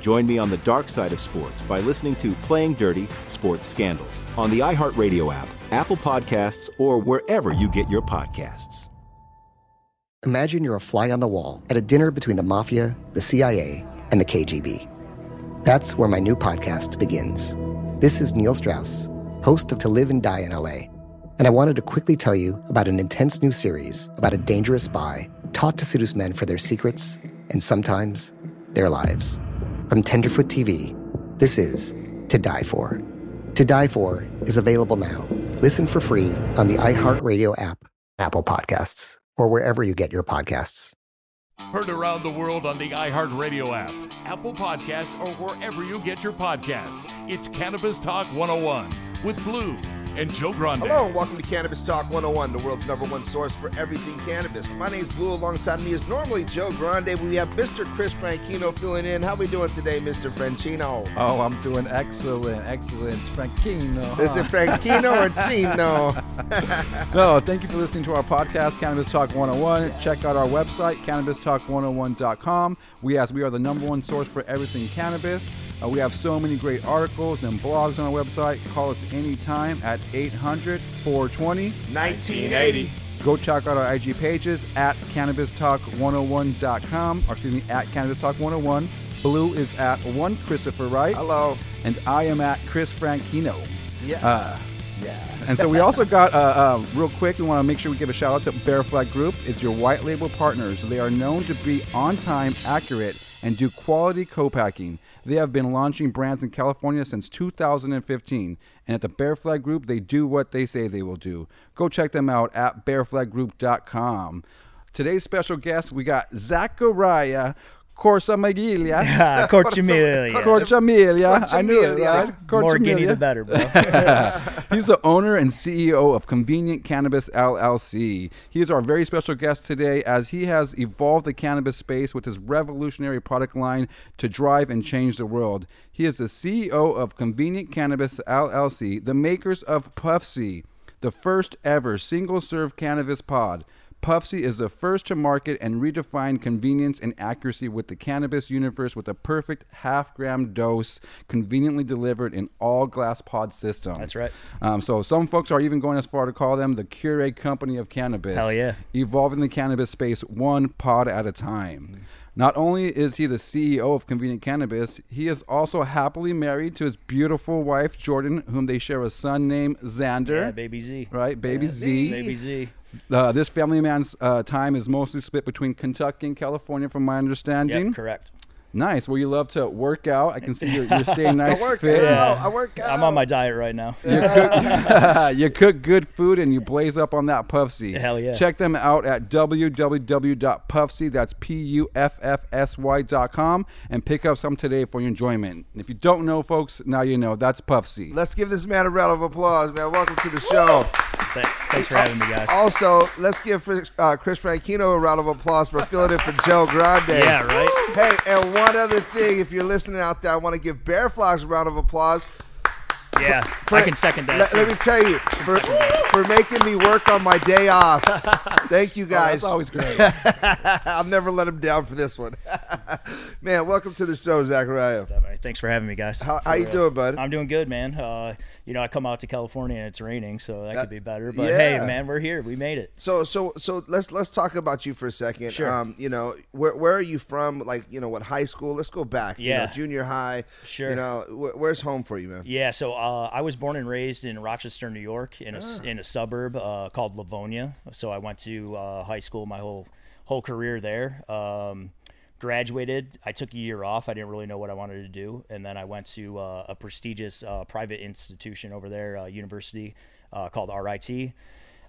Join me on the dark side of sports by listening to Playing Dirty Sports Scandals on the iHeartRadio app, Apple Podcasts, or wherever you get your podcasts. Imagine you're a fly on the wall at a dinner between the mafia, the CIA, and the KGB. That's where my new podcast begins. This is Neil Strauss, host of To Live and Die in LA, and I wanted to quickly tell you about an intense new series about a dangerous spy taught to seduce men for their secrets and sometimes their lives. From Tenderfoot TV, this is To Die For. To Die For is available now. Listen for free on the iHeartRadio app, Apple Podcasts, or wherever you get your podcasts. Heard around the world on the iHeartRadio app, Apple Podcasts, or wherever you get your podcast. It's Cannabis Talk 101 with Blue and Joe Grande. Hello and welcome to Cannabis Talk 101, the world's number one source for everything cannabis. My name's Blue. Alongside me is normally Joe Grande. We have Mr. Chris Franchino filling in. How we doing today, Mr. Franchino? Oh, I'm doing excellent, excellent. Franchino. huh? Is it Franchino or Gino? no, thank you for listening to our podcast, Cannabis Talk 101. Check out our website, cannabistalk101.com. We as we are the number one source for everything cannabis. Uh, we have so many great articles and blogs on our website. Call us anytime at 800 420. 1980. Go check out our IG pages at cannabistalk101.com, or excuse me, at cannabistalk101. Blue is at one Christopher Wright, Hello. and I am at Chris Franchino. Yeah. Uh, yeah. and so we also got uh, uh, real quick. We want to make sure we give a shout out to Bear Flag Group. It's your white label partners. They are known to be on time, accurate, and do quality co-packing. They have been launching brands in California since 2015, and at the Bear Flag Group, they do what they say they will do. Go check them out at bearflaggroup.com. Today's special guest, we got Zachariah Corsamaglia. Ah, Corchimilia. Corchamilia. I knew it, Corchamilia. right? More guinea the Corchamilia. better, bro. He's the owner and CEO of Convenient Cannabis LLC. He is our very special guest today as he has evolved the cannabis space with his revolutionary product line to drive and change the world. He is the CEO of Convenient Cannabis LLC, the makers of Puffsy, the first ever single serve cannabis pod. Puffsy is the first to market and redefine convenience and accuracy with the cannabis universe with a perfect half gram dose conveniently delivered in all glass pod system. That's right. Um, so some folks are even going as far to call them the Keurig company of cannabis. Hell yeah. Evolving the cannabis space one pod at a time. Not only is he the CEO of Convenient Cannabis, he is also happily married to his beautiful wife Jordan, whom they share a son named Xander. Yeah, baby Z. Right, baby Z. Baby Z. Uh, this family man's uh, time is mostly split between Kentucky and California, from my understanding. Yep, correct. Nice. Well, you love to work out. I can see you're, you're staying nice work fit. out. I work out. I'm on my diet right now. you cook good food and you blaze up on that Puffsy. Hell yeah. Check them out at www.puffsy, that's P-U-F-F-S-Y dot com, and pick up some today for your enjoyment. And if you don't know, folks, now you know. That's Puffsy. Let's give this man a round of applause, man. Welcome to the show. Th- Thanks for having me, guys. Also, let's give Fr- uh, Chris Franchino a round of applause for filling in for Joe Grande. Yeah, right? Hey, and one other thing, if you're listening out there, I want to give Bear Flocks a round of applause. Yeah, I can second that. Let, let too. me tell you, for, for making me work on my day off. Thank Oh, you guys. That's always great. I'll never let him down for this one. man, welcome to the show, Zachariah. All right, Thanks for having me, guys. How, how you For, uh, doing, bud? I'm doing good, man. Uh, you know, I come out to California and it's raining, so that could be better. But yeah. hey, man, we're here. We made it. so so so let's let's talk about you for a second. Sure. Um, you know, where where are you from? Like, you know, what high school? Let's go back. You know, Yeah. junior high. Sure. You know, wh- where's home for you, man? Yeah, so uh, I was born and raised in Rochester, New York, in a s Ah. in a suburb uh, called Livonia. So I went to uh, high school my whole whole career there. Um, graduated. I took a year off. I didn't really know what I wanted to do, and then I went to uh, a prestigious uh, private institution over there, uh, university uh, called RIT.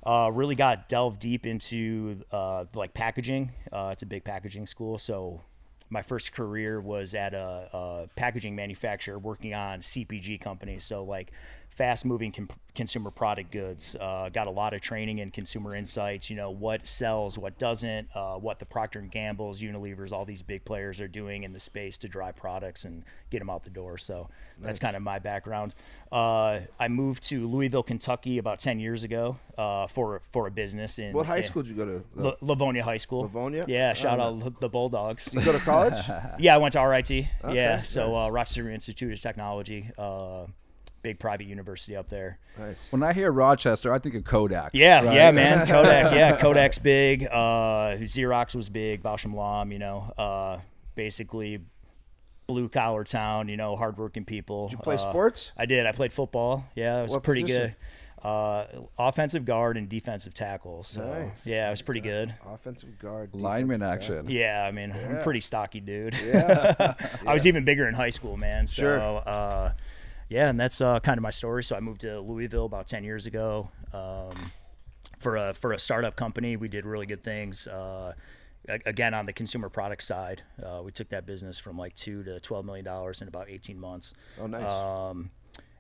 Uh, really got delved deep into uh, like packaging. Uh, it's a big packaging school, so my first career was at a, a packaging manufacturer working on CPG companies. So like fast moving com- consumer product goods. Uh, got a lot of training in consumer insights. You know what sells, what doesn't, uh, what the Procter and Gamble's, Unilever's, all these big players are doing in the space to drive products and get them out the door. So that's kind of my background. Uh, I moved to Louisville, Kentucky, about ten years ago uh, for for a business in What high in school did you go to? Oh, La- Livonia High School. Livonia? Yeah, Oh, shout no. out L- the Bulldogs. you go to college? Yeah, I went to RIT. yeah, so nice. uh, Rochester Institute of Technology, uh, big private university up there. nice. When I hear Rochester, I think of Kodak. Yeah, right? yeah, man. Kodak, yeah, Kodak's big. Uh, Xerox was big. Bausch and Lomb, you know, uh, basically blue collar town. You know, hardworking people. Did you play sports? I did. I played football. Yeah, I was What pretty position? good. Uh, offensive guard and defensive tackle. So Nice. yeah, I was pretty good. Offensive guard. Lineman defensive tackle. action. Yeah, I mean, I'm a pretty stocky dude. I was even bigger in high school, man. So, Sure. uh, yeah, and that's uh, kind of my story. So I moved to Louisville about 10 years ago um, for a for a startup company. We did really good things. Uh, a- again, on the consumer product side, uh, we took that business from like two to 12 million dollars in about 18 months Oh, nice. um,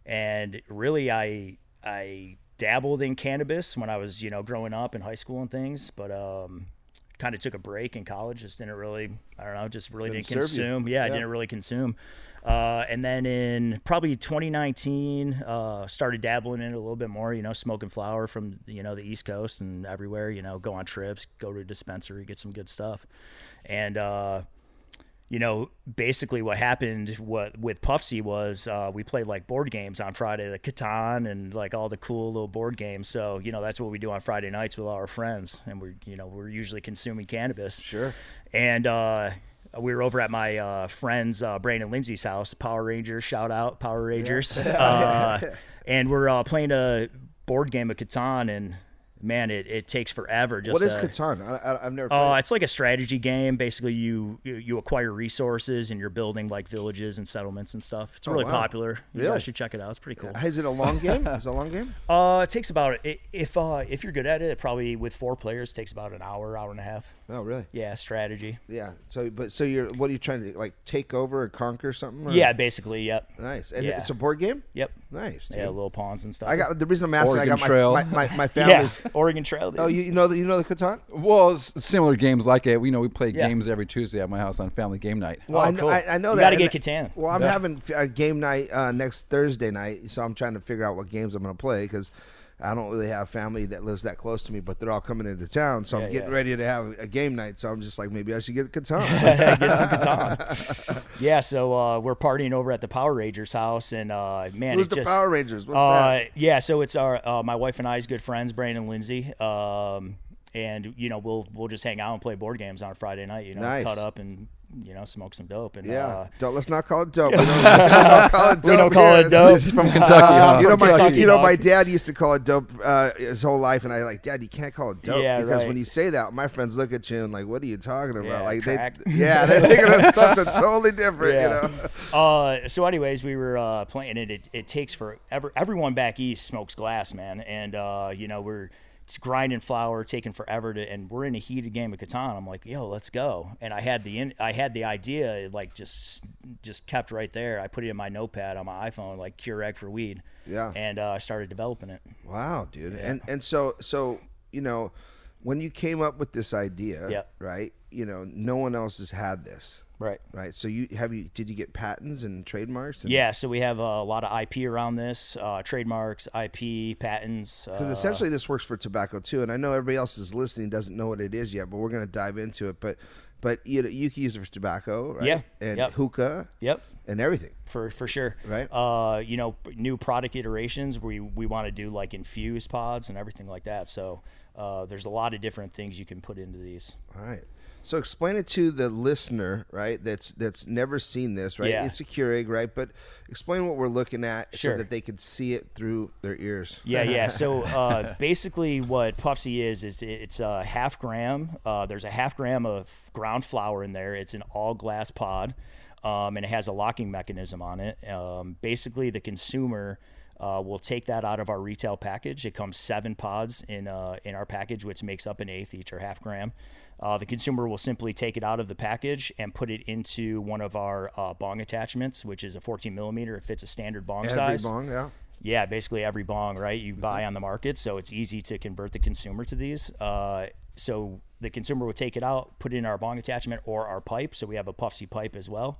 and really I I dabbled in cannabis when I was you know growing up in high school and things, but um, kind of took a break in college. Just didn't really I don't know, just really Didn't didn't, serve you. consume. Yeah, I Yeah. didn't really consume. Uh, and then in probably 2019, uh, started dabbling in it a little bit more. You know, smoking flower from you know the East Coast and everywhere. You know, go on trips, go to a dispensary, get some good stuff, and. Uh, you know, basically what happened what with Puffsy was uh, we played like board games on Friday, the Catan and like all the cool little board games. So you know that's what we do on Friday nights with all our friends, and we're you know we're usually consuming cannabis. Sure. And uh, we were over at my uh, friend's uh, Brandon Lindsay's house, Power Rangers. Shout out Power Rangers. uh, and we're uh, playing a board game of Catan, and man, it, it takes forever. Just What is to- Catan? I, I, I've never. Oh, played it. it's like a strategy game. Basically, you you- you acquire resources and you're building like villages and settlements and stuff. It's really Oh, wow. popular. You Really? guys should check it out. It's pretty cool. Is it a long game? Is it a long game? Uh, it takes about i- if uh if you're good at it, it probably with four players takes about an hour, hour and a half. No, Oh, really. Yeah, strategy. Yeah. So, but so you're what are you trying to like take over or conquer something? Or? Yeah, basically. Yep. Nice. And Yeah. It's a board game. Yep. Nice. Dude. Yeah, little pawns and stuff. I got the reason I'm asking. Oregon I got Trail. my my, my, my yeah. family's. Oregon Trail. Dude. Oh, you, you know the you know the Catan? Well, s- similar games like it. We know we play Yeah. games every Tuesday at my house on family game night. Well, I, Oh, kn- cool. I, I know You that. gotta and- get Catan. Well, I'm having a game night uh, next Thursday night, so I'm trying to figure out what games I'm going to play because I don't really have family that lives that close to me, but they're all coming into town, so I'm getting yeah. ready to have a game night. So I'm just like, maybe I should get Catan. get some Catan. yeah, so uh, we're partying over at the Power Rangers house, and uh, man, Who's it the just, Power Rangers? What's uh, that? yeah, so it's our uh, my wife and I's good friends, Brandon and Lindsay, um, and you know we'll we'll just hang out and play board games on a Friday night. You know, Nice. cut up and you know smoke some dope, and Yeah, uh, don't let's not call it dope. We don't, we don't call it dope. we don't call here. it dope. She's from Kentucky. huh? You know, my, Kentucky, you know, dog. my dad used to call it dope uh, his whole life, and I like, Dad, you can't call it dope Yeah, because right. when you say that, my friends look at you and like, what are you talking about? Yeah, like, crack. they, yeah, they're thinking of something totally different. Yeah. You know, uh, so, anyways, we were uh, playing it. It, it takes forever. Everyone back east smokes glass, man, and uh, you know we're it's grinding flour, taking forever to, and we're in a heated game of Catan. I'm like, yo, let's go. And I had the in, I had the idea, it, like just just kept right there. I put it in my notepad on my iPhone, like cure egg for weed. Yeah. and uh, I started developing it. Wow, dude. And and so so you know, when you came up with this idea, Yep. right? You know, no one else has had this, Right. right? So you have you did you get patents and trademarks? And, Yeah, so we have uh, a lot of IP around this, uh, trademarks, IP, patents. Because uh, essentially this works for tobacco too, and I know everybody else is listening doesn't know what it is yet, but we're gonna dive into it. But but you know, you can use it for tobacco, right? Yeah, And yep. hookah. Yep. And everything. for for sure. Right. Uh, you know, p- new product iterations. We we want to do like infused pods and everything like that. So uh, there's a lot of different things you can put into these. All right. So explain it to the listener, right? That's that's never seen this, right? Yeah. It's a Keurig, right? But explain what we're looking at so Sure. that they can see it through their ears. Yeah, yeah. So uh, basically, what Puffsy is is it- it's a half gram. Uh, there's a half gram of ground flour in there. It's an all glass pod, um, and it has a locking mechanism on it. Um, basically, the consumer. Uh, will take that out of our retail package. It comes seven pods in uh, in our package, which makes up an eighth each or half gram. Uh, the consumer will simply take it out of the package and put it into one of our uh, bong attachments, which is a 14 millimeter. It fits a standard bong Every size. bong, yeah. yeah, basically every bong, right? You buy Mm-hmm. on the market, so it's easy to convert the consumer to these. Uh, so the consumer would take it out, put it in our bong attachment or our pipe. So we have a puffsy pipe as well.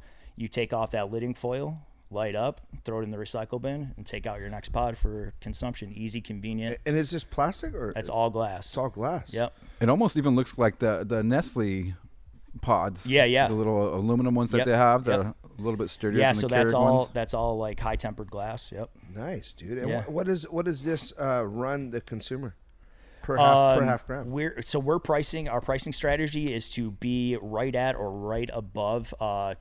You take off that lidding foil, light up, throw it in the recycle bin, and take out your next pod for consumption. Easy, convenient. And is this plastic or That's all glass. it's all glass? Yep. It almost even looks like the the Nestle pods. Yeah, yeah. The little aluminum ones Yep, that they have. They're yep. a little bit sturdier. Yeah. than So the that's Keurig all. ones. That's all like high tempered glass. Yep. Nice, dude. And Yeah. wh- what is what does this uh, run the consumer per half per Um, half gram? We're so we're pricing. Our pricing strategy is to be right at or right above uh,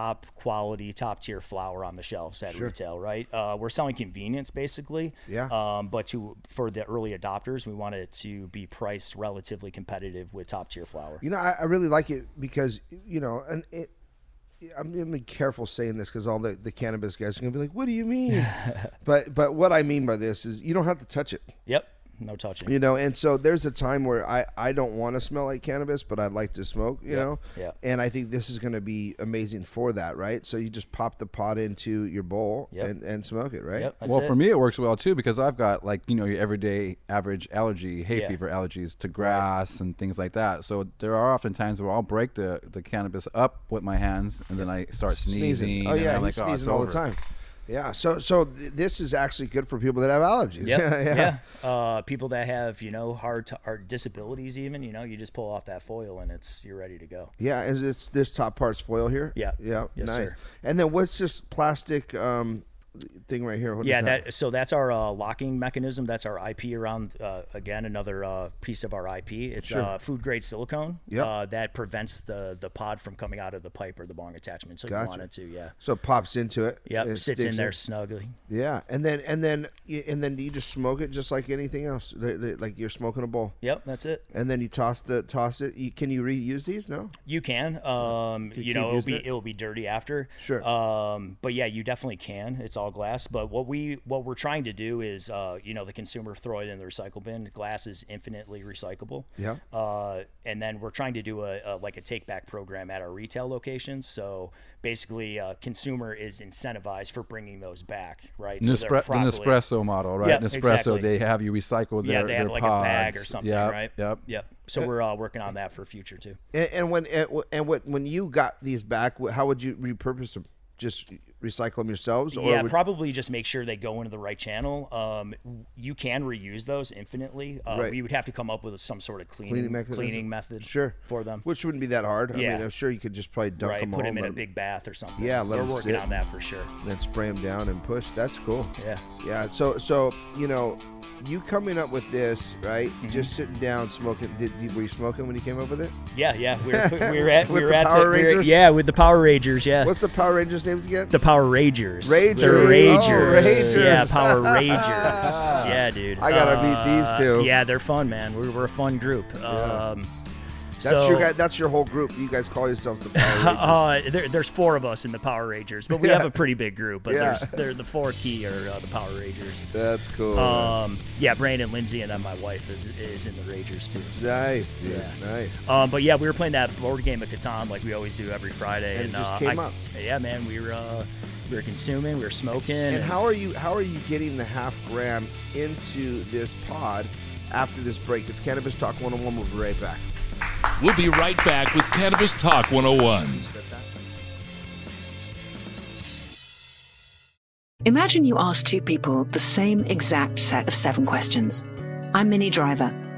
top quality, top tier flour on the shelves at retail. Right. Uh, we're selling convenience basically. Yeah. Um, but to for the early adopters, we want it to be priced relatively competitive with top tier flour. You know, I, I really like it because you know, and it. I'm gonna be careful saying this because all the, the cannabis guys are gonna be like, "What do you mean?" but but what I mean by this is you don't have to touch it, Yep. No touching. you know. And so there's a time where I I don't want to smell like cannabis, but I'd like to smoke, you know. yeah. And I think this is gonna be amazing for that, right? So you just pop the pot into your bowl Yep. and and smoke it, right? Yep. That's well, it. for me, it works well too because I've got like you know your everyday average allergy, hay Yeah. fever allergies to grass and things like that. So there are often times where I'll break the, the cannabis up with my hands and then I start sneezing. sneezing. Oh and yeah, I'm he's like, "Oh, it's sneezing all over." the time. Yeah. So so th- this is actually good for people that have allergies. Yep. yeah. Uh, people that have you know hard to hard disabilities even you know you just pull off that foil and it's you're ready to go. Yeah, is it's this top part's foil here? Yeah. Yeah. Yes, nice. sir. And then what's this plastic um, thing right here? What is yeah, that, so that's our uh, locking mechanism. That's our IP around uh, again another uh, piece of our IP. It's uh, food grade silicone Yep. uh, that prevents the the pod from coming out of the pipe or the bong attachment. So Gotcha. you want it to, yeah, So it pops into it. yeah, it sits sticks in there snugly. Yeah, and then and then y- and then you just smoke it just like anything else, Li- li- like you're smoking a bowl. Yep, that's it. And then you toss the toss it. You, can you reuse these? No. You can, um, you, know, keep it'll using be it? it. will be dirty after. Sure. Um, but yeah, you definitely can. It's all glass. But what we what we're trying to do is, uh, you know, the consumer throw it in the recycle bin. Glass is infinitely recyclable. Yeah. Uh, and then we're trying to do a, a like a take back program at our retail locations. So basically, uh, consumer is incentivized for bringing those back, right? So they're Nespre- properly- the Nespresso model, right? Yeah, Nespresso, exactly. they have you recycle their Yeah, they have their like pods. a bag or something, Yep, right? Yep. Yep. So we're uh, working on that for future too. And, and when and, wh- and what when you got these back, wh- how would you repurpose them? Just recycle them yourselves? yeah, would- probably just make sure they go into the right channel. Um, you can reuse those infinitely. Uh, Right. We would have to come up with some sort of cleaning Cleaning cleaning, mechanism. method Sure. for them. Which wouldn't be that hard. I Yeah. mean, I'm sure you could just probably dunk right, them all. put them in let a 'em- big bath or something. Yeah, let we're 'em working sit. on that for sure. then spray them down and push. That's cool. Yeah. Yeah. So so you know, you coming up with this right? Mm-hmm. Just sitting down smoking. Did, did were you smoking when you came up with it? Yeah, Uh, yeah. We were, we were at we With were the at Power we were- Rangers? yeah, with the Power Rangers, yeah. What's the Power Rangers names again? the Power Ragers. Ragers. The Oh, Ragers. Yeah, Ragers. Power Ragers. yeah, dude. I gotta beat these Uh, two. Yeah, they're fun, man. We're, we're a fun group. Um, that's so, your guy. That's your whole group. You guys call yourselves the Power Rangers. Uh, there, there's four of us in the Power Rangers, but we have a pretty big group. But Yeah. there's there, the four key are uh, the Power Rangers. that's cool. Um, yeah, Brandon, Lindsay, and then my wife is, is in the Rangers too. so. nice, dude. Nice. Um, but yeah, we were playing that board game of Catan like we always do every Friday, And it and, just uh, came I- up. Yeah, man, we were uh, we were consuming, we were smoking, And how are you? How are you getting the half gram into this pod? After this break, it's Cannabis Talk 101. We'll be right back. We'll be right back with Cannabis Talk 101. Imagine you ask two people the same exact set of seven questions. I'm Minnie Driver,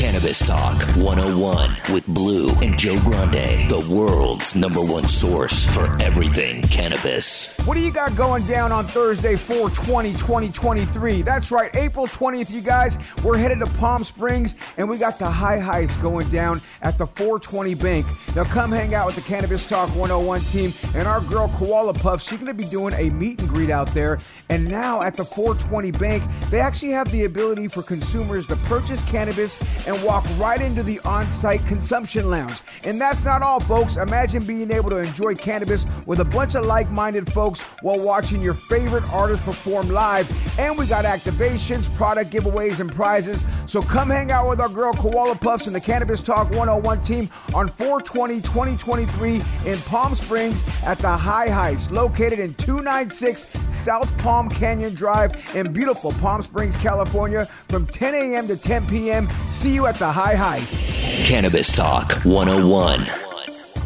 Cannabis Talk 101 with Blue and Joe Grande, the world's number one source for everything cannabis. What do you got going down on Thursday, 420, 2023? That's right, April 20th, you guys. We're headed to Palm Springs and we got the high highs going down at the 420 Bank. Now come hang out with the Cannabis Talk 101 team and our girl Koala Puff. She's going to be doing a meet and greet out there. And now at the 420 Bank, they actually have the ability for consumers to purchase cannabis and walk right into the on site consumption lounge. And that's not all, folks. Imagine being able to enjoy cannabis with a bunch of like minded folks while watching your favorite artist perform live. And we got activations, product giveaways, and prizes. So come hang out with our girl Koala Puffs and the Cannabis Talk 101 team on 420 2023 in Palm Springs at the High Heights, located in 296 South Palm Canyon Drive in beautiful Palm Springs, California, from 10 a.m. to 10 p.m. See you at the High Heist. Cannabis Talk 101,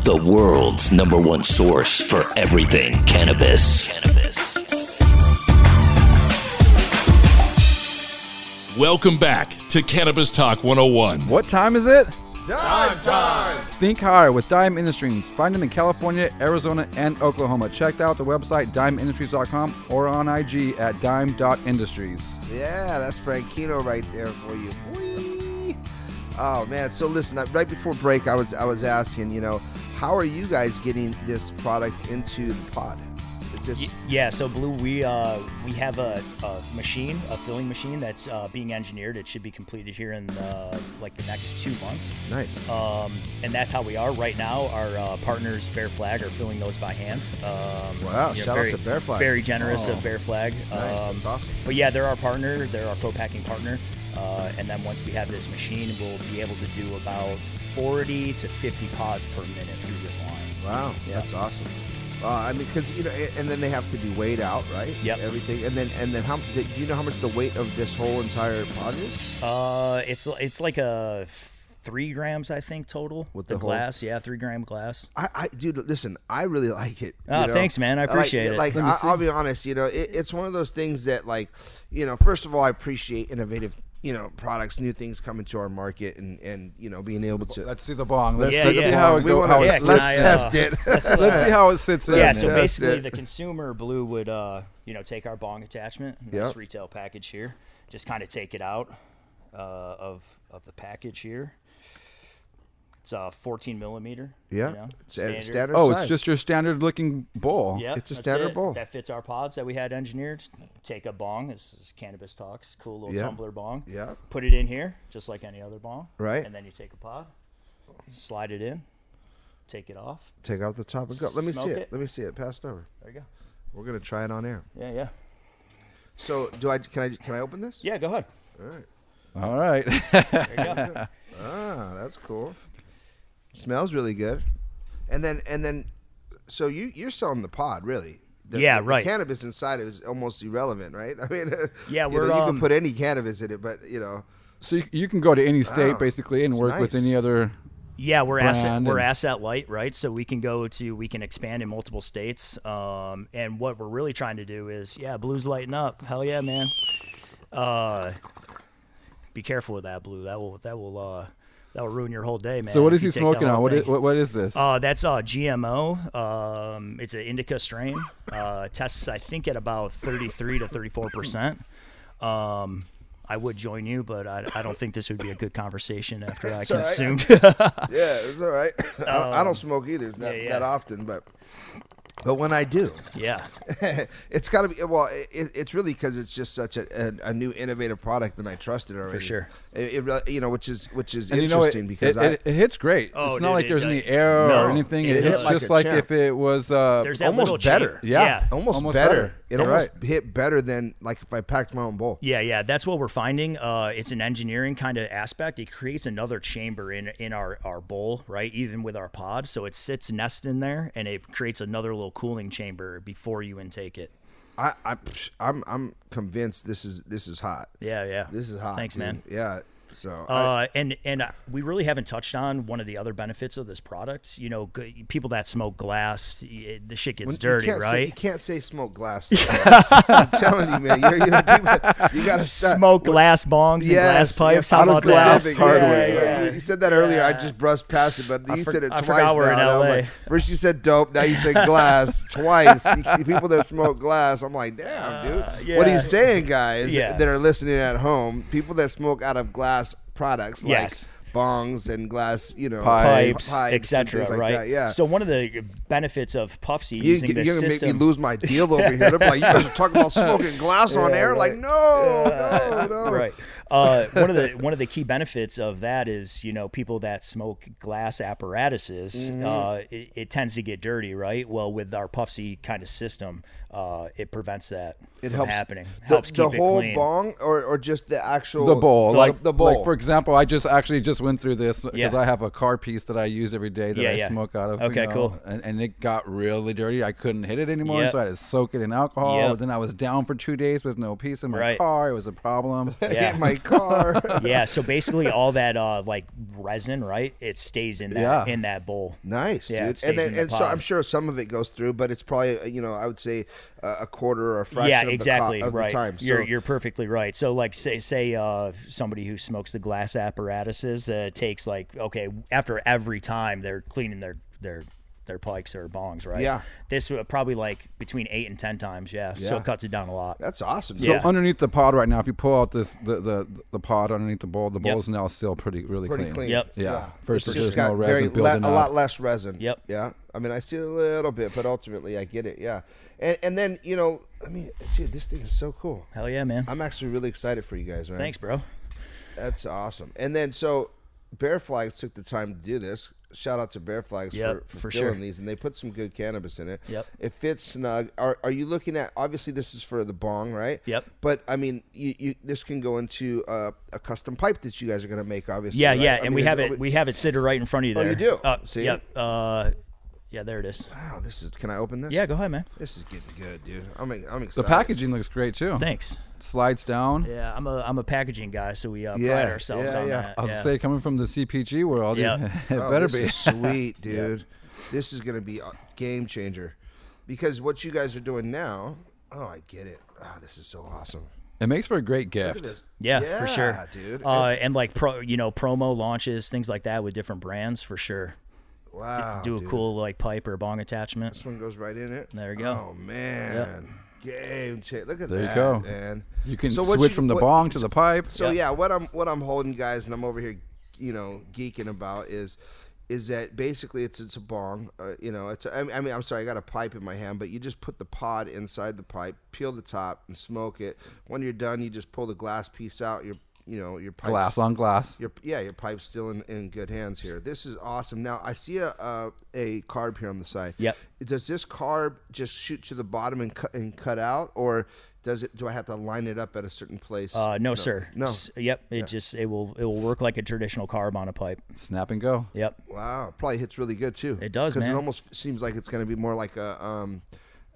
the world's number one source for everything cannabis. Cannabis. Welcome back to Cannabis Talk 101. What time is it? Dime time! Think higher with Dime Industries. Find them in California, Arizona, and Oklahoma. Check out the website dimeindustries.com or on IG at dime.industries. Yeah, that's Frankino right there for you. Whee! Oh man! So listen, I- right before break, I was I was asking, you know, how are you guys getting this product into the pod? It's just Yeah, so Blue, we uh, we have a, a machine, a filling machine that's uh, being engineered. It should be completed here in uh, like the next two months. nice. Um, and that's how we are right now. Our uh, partners, Bear Flag, are filling those by hand. Um, Wow, you know, shout out very- to Bear Flag. Very generous Oh. of Bear Flag. Um, Nice, that's awesome. But yeah, they're our partner. They're our co-packing partner. Uh, and then once we have this machine, we'll be able to do about 40 to 50 pods per minute through this line. Wow, Yeah. Oh, that's awesome. Uh, I mean, because you know, a- and then they have to be weighed out, right? Yep. Everything, and then and then how do you know how much the weight of this whole entire pod is? Uh, it's it's like a three grams, I think, total. With With the the, whole- glass, yeah, three gram glass. I, I dude, listen, I really like it. you Ah, know? thanks, man. I like- appreciate it. Like, Let me I, I'll be honest, you know, it, it's one of those things that, like, you know, first of all, I appreciate innovative, you know, products, new things coming to our market, and and you know, being able to. Let's see the bong. Let's, Let's Yeah, let's yeah. see how it We goes. wanna- How it yeah, sits. can I, let's, uh, test it. let's, let's uh, see how it sits in. yeah, so That's basically it. the consumer blue would uh, you know take our bong attachment, and Yep. this retail package here, just kind of take it out uh, of of the package here. It's a 14 millimeter. Yeah, you know, it's a- standard. standard Oh, size. it's just your standard looking bowl. Yeah, It's a that's standard it. bowl. that fits our pods that we had engineered. Take a bong. This is cannabis talks. Cool little Yeah. tumbler bong. Yeah. Put it in here, just like any other bong. Right. And then you take a pod, slide it in, take it off. take out the top and go. Let me see Smoke it. it. Let me see it. Pass it over. There you go. We're gonna try it on air. Yeah, yeah, So, do I? Can I? Can I open this? yeah. Go ahead. All right. Ah, that's cool. Smells really good. And then and then so you you're selling the pod really. The, Yeah, the- the right. cannabis inside it is almost irrelevant, right? I mean, Yeah, you we're, know, you can um, put any cannabis in it, but you know, so you, you can go to any state Wow, basically and that's work with nice. any other. Yeah, we're brand asset and- we're asset light, right? So we can go to we can expand in multiple states. Um, and what we're really trying to do is, yeah, blues lighting up. Hell yeah, man. Uh, be careful with that blue. That will that will uh, that'll ruin your whole day, man. So what if is you he take that smoking whole on? What thing. is, what, what is this? Uh, that's uh, GMO. Um, it's an indica strain. Uh, tests, I think, at about 33 to 34 percent. Um, I would join you, but I, I don't think this would be a good conversation after I It's all right. consumed. yeah, it's all right. I, don't- I don't smoke either. It's not Um, yeah, yeah. that often, but but when I do, yeah, it's got to be. Well, it, it's really because it's just such a, a, a new innovative product, and I trust it already. sure. It, it re- you know, which is which is And you know, it- interesting because it, I, it, it hits great. Oh, it's not dude, like it there's does. any error or No, anything. it It, hits does. just Like like a if it was uh, There's that little almost chain. better. Yeah. Yeah. almost, almost better. better. It Yeah. almost hit better than like if I packed my own bowl. Yeah, yeah, that's what we're finding. Uh, it's an engineering kind of aspect. It creates another chamber in in our our bowl, right? Even with our pod, so it sits nest in there, and it creates another little cooling chamber before you intake it. I, I I'm I'm convinced this is this is hot. Yeah, yeah. This is hot. Thanks, dude. man. Yeah. So I- Uh, and and uh, we really haven't touched on one of the other benefits of this product. You know, g- people that smoke glass, y- the shit gets When- you dirty, can't say- right? you can't say smoke glass. to glass. I'm telling you, man. You're, you're, people, you got to Smoke glass bongs and glass pipes. How about that? Hardwood. Yeah. You said that earlier. I just brushed past it, but I you for- said it I twice. forgot we're in now, and I'm LA. like, first you said dope. Now you said glass twice. You- people that smoke glass, I'm like, damn, dude. What yeah. he's saying, guys, Yeah. that are listening at home, people that smoke out of glass products, like Yes. bongs and glass, you know, pipes, and etc. things like right? that, Yeah. So one of the benefits of Puffsy You, using this are gonna system, make me lose my deal over here. They're like, you guys are talking about smoking glass on Yeah, air. Like, right. no, no, no. right? Uh, one of the one of the key benefits of that is you know people that smoke glass apparatuses, Mm-hmm. Mhm. uh, it, it tends to get dirty, right? Well, with our Puffsy kind of system, uh, it prevents that It from helps happening. The, helps the keep whole it clean. bong, or, or just the actual the bowl, like the bowl. Like for example, I just actually just went through this because Yeah. I have a car piece that I use every day that Yeah, I yeah. smoke out of. you Okay, know, cool. And, and it got really dirty. I couldn't hit it anymore, Yep. so I had to soak it in alcohol. Yep. Then I was down for two days with no piece in my Right. car. It was a problem. Yeah. my car. yeah, so basically all that uh, like resin, right? It stays in that Yeah. in that bowl. Nice, yeah, It dude. stays And, then, in the and so pod. I'm sure some of it goes through, but it's probably uh, you know I would say uh, a quarter or a fraction. yeah, of exactly. The co- of right. The time. So You're you're perfectly right. So like say say uh, somebody who smokes the glass apparatuses uh, takes like okay after every time they're cleaning their their their pikes or bongs, right? Yeah. This would probably like between eight and ten times. Yeah. So Yeah. it cuts it down a lot. That's awesome. So Yeah. underneath the pod right now, if you pull out this the the, the pod underneath the bowl, the Yep. bowl's now still pretty really pretty clean. clean. Yeah. It's Versus just there's got no very resin le- building a up. lot less resin. Yep. Yeah. I mean, I see a little bit, but ultimately, I get it. Yeah. And and then you know, I mean, dude, this thing is so cool. Hell yeah, man. I'm actually really excited for you guys, man. Thanks, bro. That's awesome. And then so Bear Flags took the time to do this. Shout out to Bear Flags Yep, for, for, for filling sure. these, and they put some good cannabis in it. Yep. It fits snug. Are, are you looking at? Obviously, this is for the bong, right? Yep. But I mean, you, you this can go into uh, a custom pipe that you guys are going to make, obviously. yeah, right? yeah. I and mean, we is have it- it we have it sitting right in front of you Oh, there. you do? Uh, See? Yep. Uh, yeah, there it is. Wow, this is. Can I open this? Yeah, go ahead, man. This is getting good, dude. I'm I'm excited. The packaging looks great too. Thanks. Slides down. Yeah, I'm a I'm a packaging guy, so we uh, Yeah, pride ourselves yeah, on yeah. that. I was yeah. say coming from the CPG world, Yeah. it Oh, better this be is sweet, dude. This is gonna be a game changer, because what you guys are doing now. Oh, I get it. Ah, this is so awesome. It makes for a great at gift. this. Yeah, Yeah, for sure, dude. Uh, and like pro, you know, promo launches, things like that with different brands, for sure. D- Wow, do a dude. cool like pipe or bong attachment. This one goes right in it. There you go. Oh man, game changer. Look at There you that. go. Man. You can what switch from the bong to the pipe. So Yeah. yeah, what I'm what I'm holding, guys, and I'm over here, you know, geeking about is. Is that basically it's it's a bong, uh, you know? It's a, I mean- I mean I'm sorry I got a pipe in my hand, but you just put the pod inside the pipe, peel the top, and smoke it. When you're done, you just pull the glass piece out. Your you know your pipe's- Glass on glass. Your yeah your pipe's still in, in good hands here. This is awesome. Now I see a a, a carb here on the side. Yep. Does this carb just shoot to the bottom and cut and cut out, or does it? Do I have to line it up at a certain place? Uh, no, sir. No. S- yep. It just it will it will work like a traditional carb on a pipe. Snap and go. Yep. Wow, probably hits really good too. It does, Because man. it almost seems like it's going to be more like a um,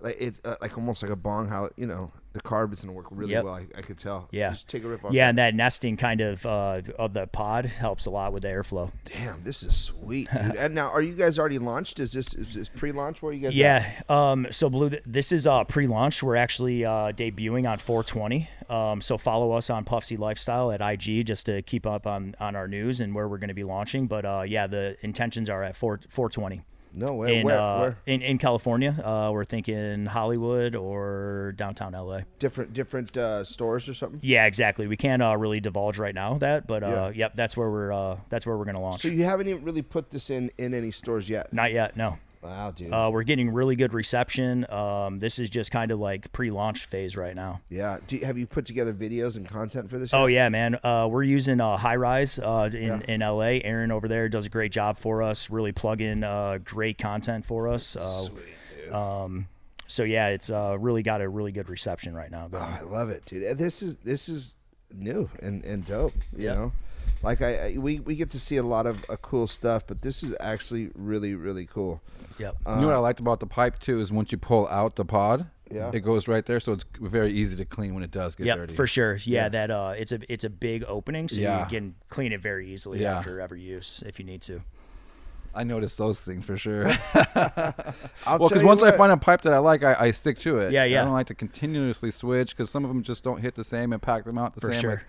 like it's uh, like almost like a bong how you know the carbon's gonna work really Yep. well. I, I could tell. Yeah. just take a rip off. Yeah, and that nesting kind of uh, of the pod helps a lot with the airflow. Damn, this is sweet, dude. and now, are you guys already launched? Is this is this pre-launch? Where are you guys? at? Yeah. Um, so blue, th- this is uh, pre-launch. We're actually uh, debuting on 420. Um, so follow us on Puffsy Lifestyle at IG just to keep up on on our news and where we're going to be launching. But uh, yeah, the intentions are at 4 420. No way. In, Where- uh, where? In, in California, uh, we're thinking Hollywood or downtown LA. Different different uh, stores or something. Yeah, exactly. We can't uh, really divulge right now that, but uh, yep, that's where we're uh, that's where we're going to launch. So you haven't even really put this in in any stores yet. Not yet, no. Wow, dude. Uh, we're getting really good reception. Um, this is just kind of like pre-launch phase right now. yeah. Do you, have you put together videos and content for this? Oh yet? yeah, man. Uh, we're using uh, High Rise uh, in, Yeah. in LA. Aaron over there does a great job for us. Really plugging uh, great content for us. Uh, um, so yeah, it's uh, really got a really good reception right now. Going. Ah, I love it, dude. And This is this is new and and dope. You Yeah. know, like I, I we we get to see a lot of uh, cool stuff, but this is actually really really cool. Uh, Yep. you know what I liked about the pipe too is once you pull out the pod, Yeah. it goes right there, so it's very easy to clean when it does get Yep, dirty. for sure. Yeah, that uh, it's a it's a big opening, so Yeah. you can clean it very easily Yeah. after every use if you need to. I noticed those things for sure. I'll well, tell because you once I what. find a pipe that I like, I, I stick to it. Yeah, yeah. I don't like to continuously switch because some of them just don't hit the same and pack them out the For same. sure. Like,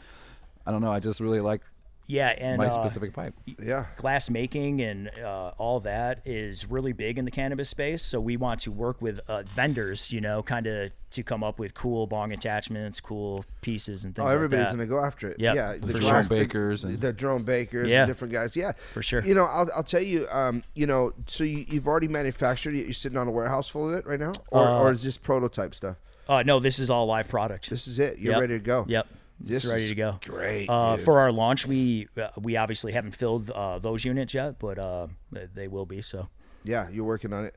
I don't know. I just really like Yeah, and my uh, specific pipe. Yeah. glass making and uh, all that is really big in the cannabis space. So we want to work with uh, vendors, you know, kind of to come up with cool bong attachments, cool pieces, and things. Oh, everybody's like that. gonna go after it. Yep. Yeah, For sure. glass- Bakers the, and- the drone bakers, and Yeah. different guys. Yeah, For sure. You know, I'll, I'll tell you. Um, you know, so you, you've already manufactured it. You're sitting on a warehouse full of it right now, or, Uh, or is this prototype stuff? Uh, no, this is all live product. This is it. You're Yep. ready to go. Yep. This This is ready is to go. great, Uh, dude. for our launch, we uh, we obviously haven't filled uh, those units yet, but uh, they- they will be. So Yeah, you're working on it.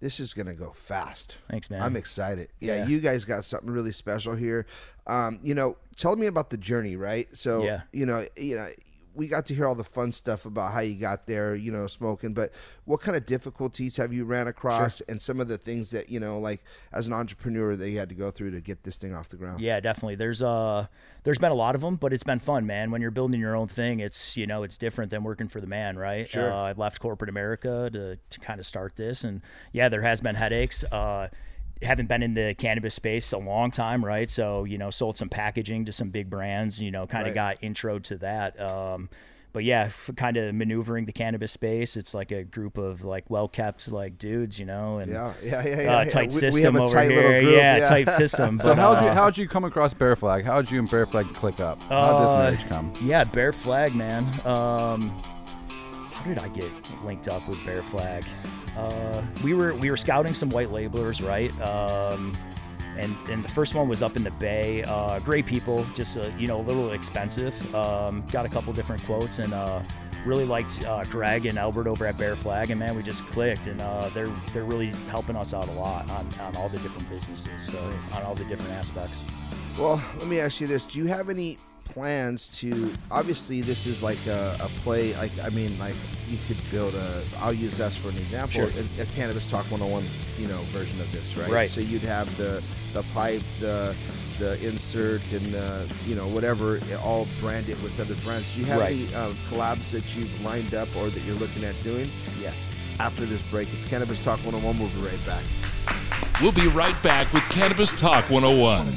This is gonna go fast. thanks, man. I'm excited. Yeah, Yeah. you guys got something really special here. Um, you know, tell me about the journey, right? So, Yeah. you know, you know, we got to hear all the fun stuff about how you got there, you know, smoking, but what kind of difficulties have you ran across and some of the things that, you know, like as an entrepreneur that you had to go through to get this thing off the ground? Yeah, definitely. There's uh there's been a lot of them, but it's been fun, man. When you're building your own thing, it's you know it's different than working for the man, right? Sure. Uh, I left corporate America to to kind of start this, and yeah, there has been headaches. Uh, haven't been in the cannabis space a long time, right? So you know, sold some packaging to some big brands. You know, kind of got Right. intro to that. Um, but yeah, kind of maneuvering the cannabis space. It's like a group of like well kept like dudes, you know, and Yeah, yeah, yeah, uh, yeah, yeah. tight We- we have system a over tight little here. group, Yeah, yeah. tight system. So but, how'd you uh, how'd you come across Bear Flag? How'd you and Bear Flag click up? How'd this Uh, marriage come? Yeah, Bear Flag, man. Um, how did I get linked up with Bear Flag? Uh, we were we were scouting some white labelers, right? Um, and and the first one was up in the Bay. Uh, great people, just uh, you know a little expensive. Um, got a couple different quotes and. Uh, Really liked uh, Greg and Albert over at Bear Flag, and man, we just clicked, and uh, they're they're really helping us out a lot on, on all the different businesses, so on all the different aspects. Well, let me ask you this: Do you have any plans to? Obviously, this is like a, a play. Like I mean, like you could build a. I'll use us for an example. Sure. A, a cannabis talk 101, you know, version of this, right? Right. So you'd have the the pipe, the the insert, and the you know whatever, all branded with other brands. Do you have Right. any uh, collabs that you've lined up or that you're looking at doing? Yeah. After this break, it's Cannabis Talk 101. We'll be right back. We'll be right back with Cannabis Talk 101.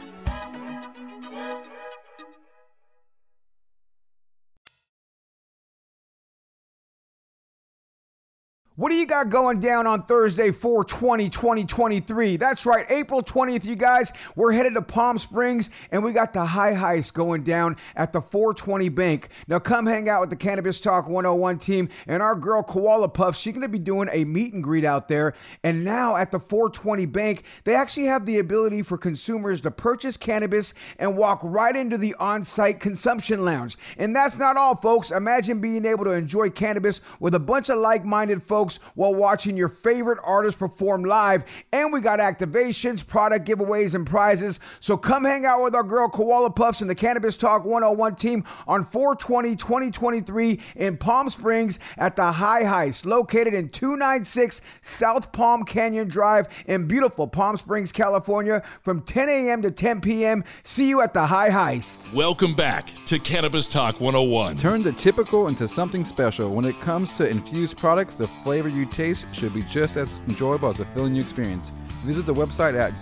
What do you got going down on Thursday, 420, 2023? That's right, April 20th, you guys. We're headed to Palm Springs and we got the high heist going down at the 420 Bank. Now, come hang out with the Cannabis Talk 101 team and our girl Koala Puff. She's going to be doing a meet and greet out there. And now at the 420 Bank, they actually have the ability for consumers to purchase cannabis and walk right into the on site consumption lounge. And that's not all, folks. Imagine being able to enjoy cannabis with a bunch of like minded folks folks while watching your favorite artist perform live. And we got activations, product giveaways, and prizes. So come hang out with our girl Koala Puffs and the Cannabis Talk 101 team on 420 2023 in Palm Springs at the High Heist, located in 296 South Palm Canyon Drive in beautiful Palm Springs, California, from 10 a.m. to 10 p.m. See you at the High Heist. Welcome back to Cannabis Talk 101. Turn the typical into something special. When it comes to infused products, the flavor you taste should be just as enjoyable as the feeling you experience. Visit the website at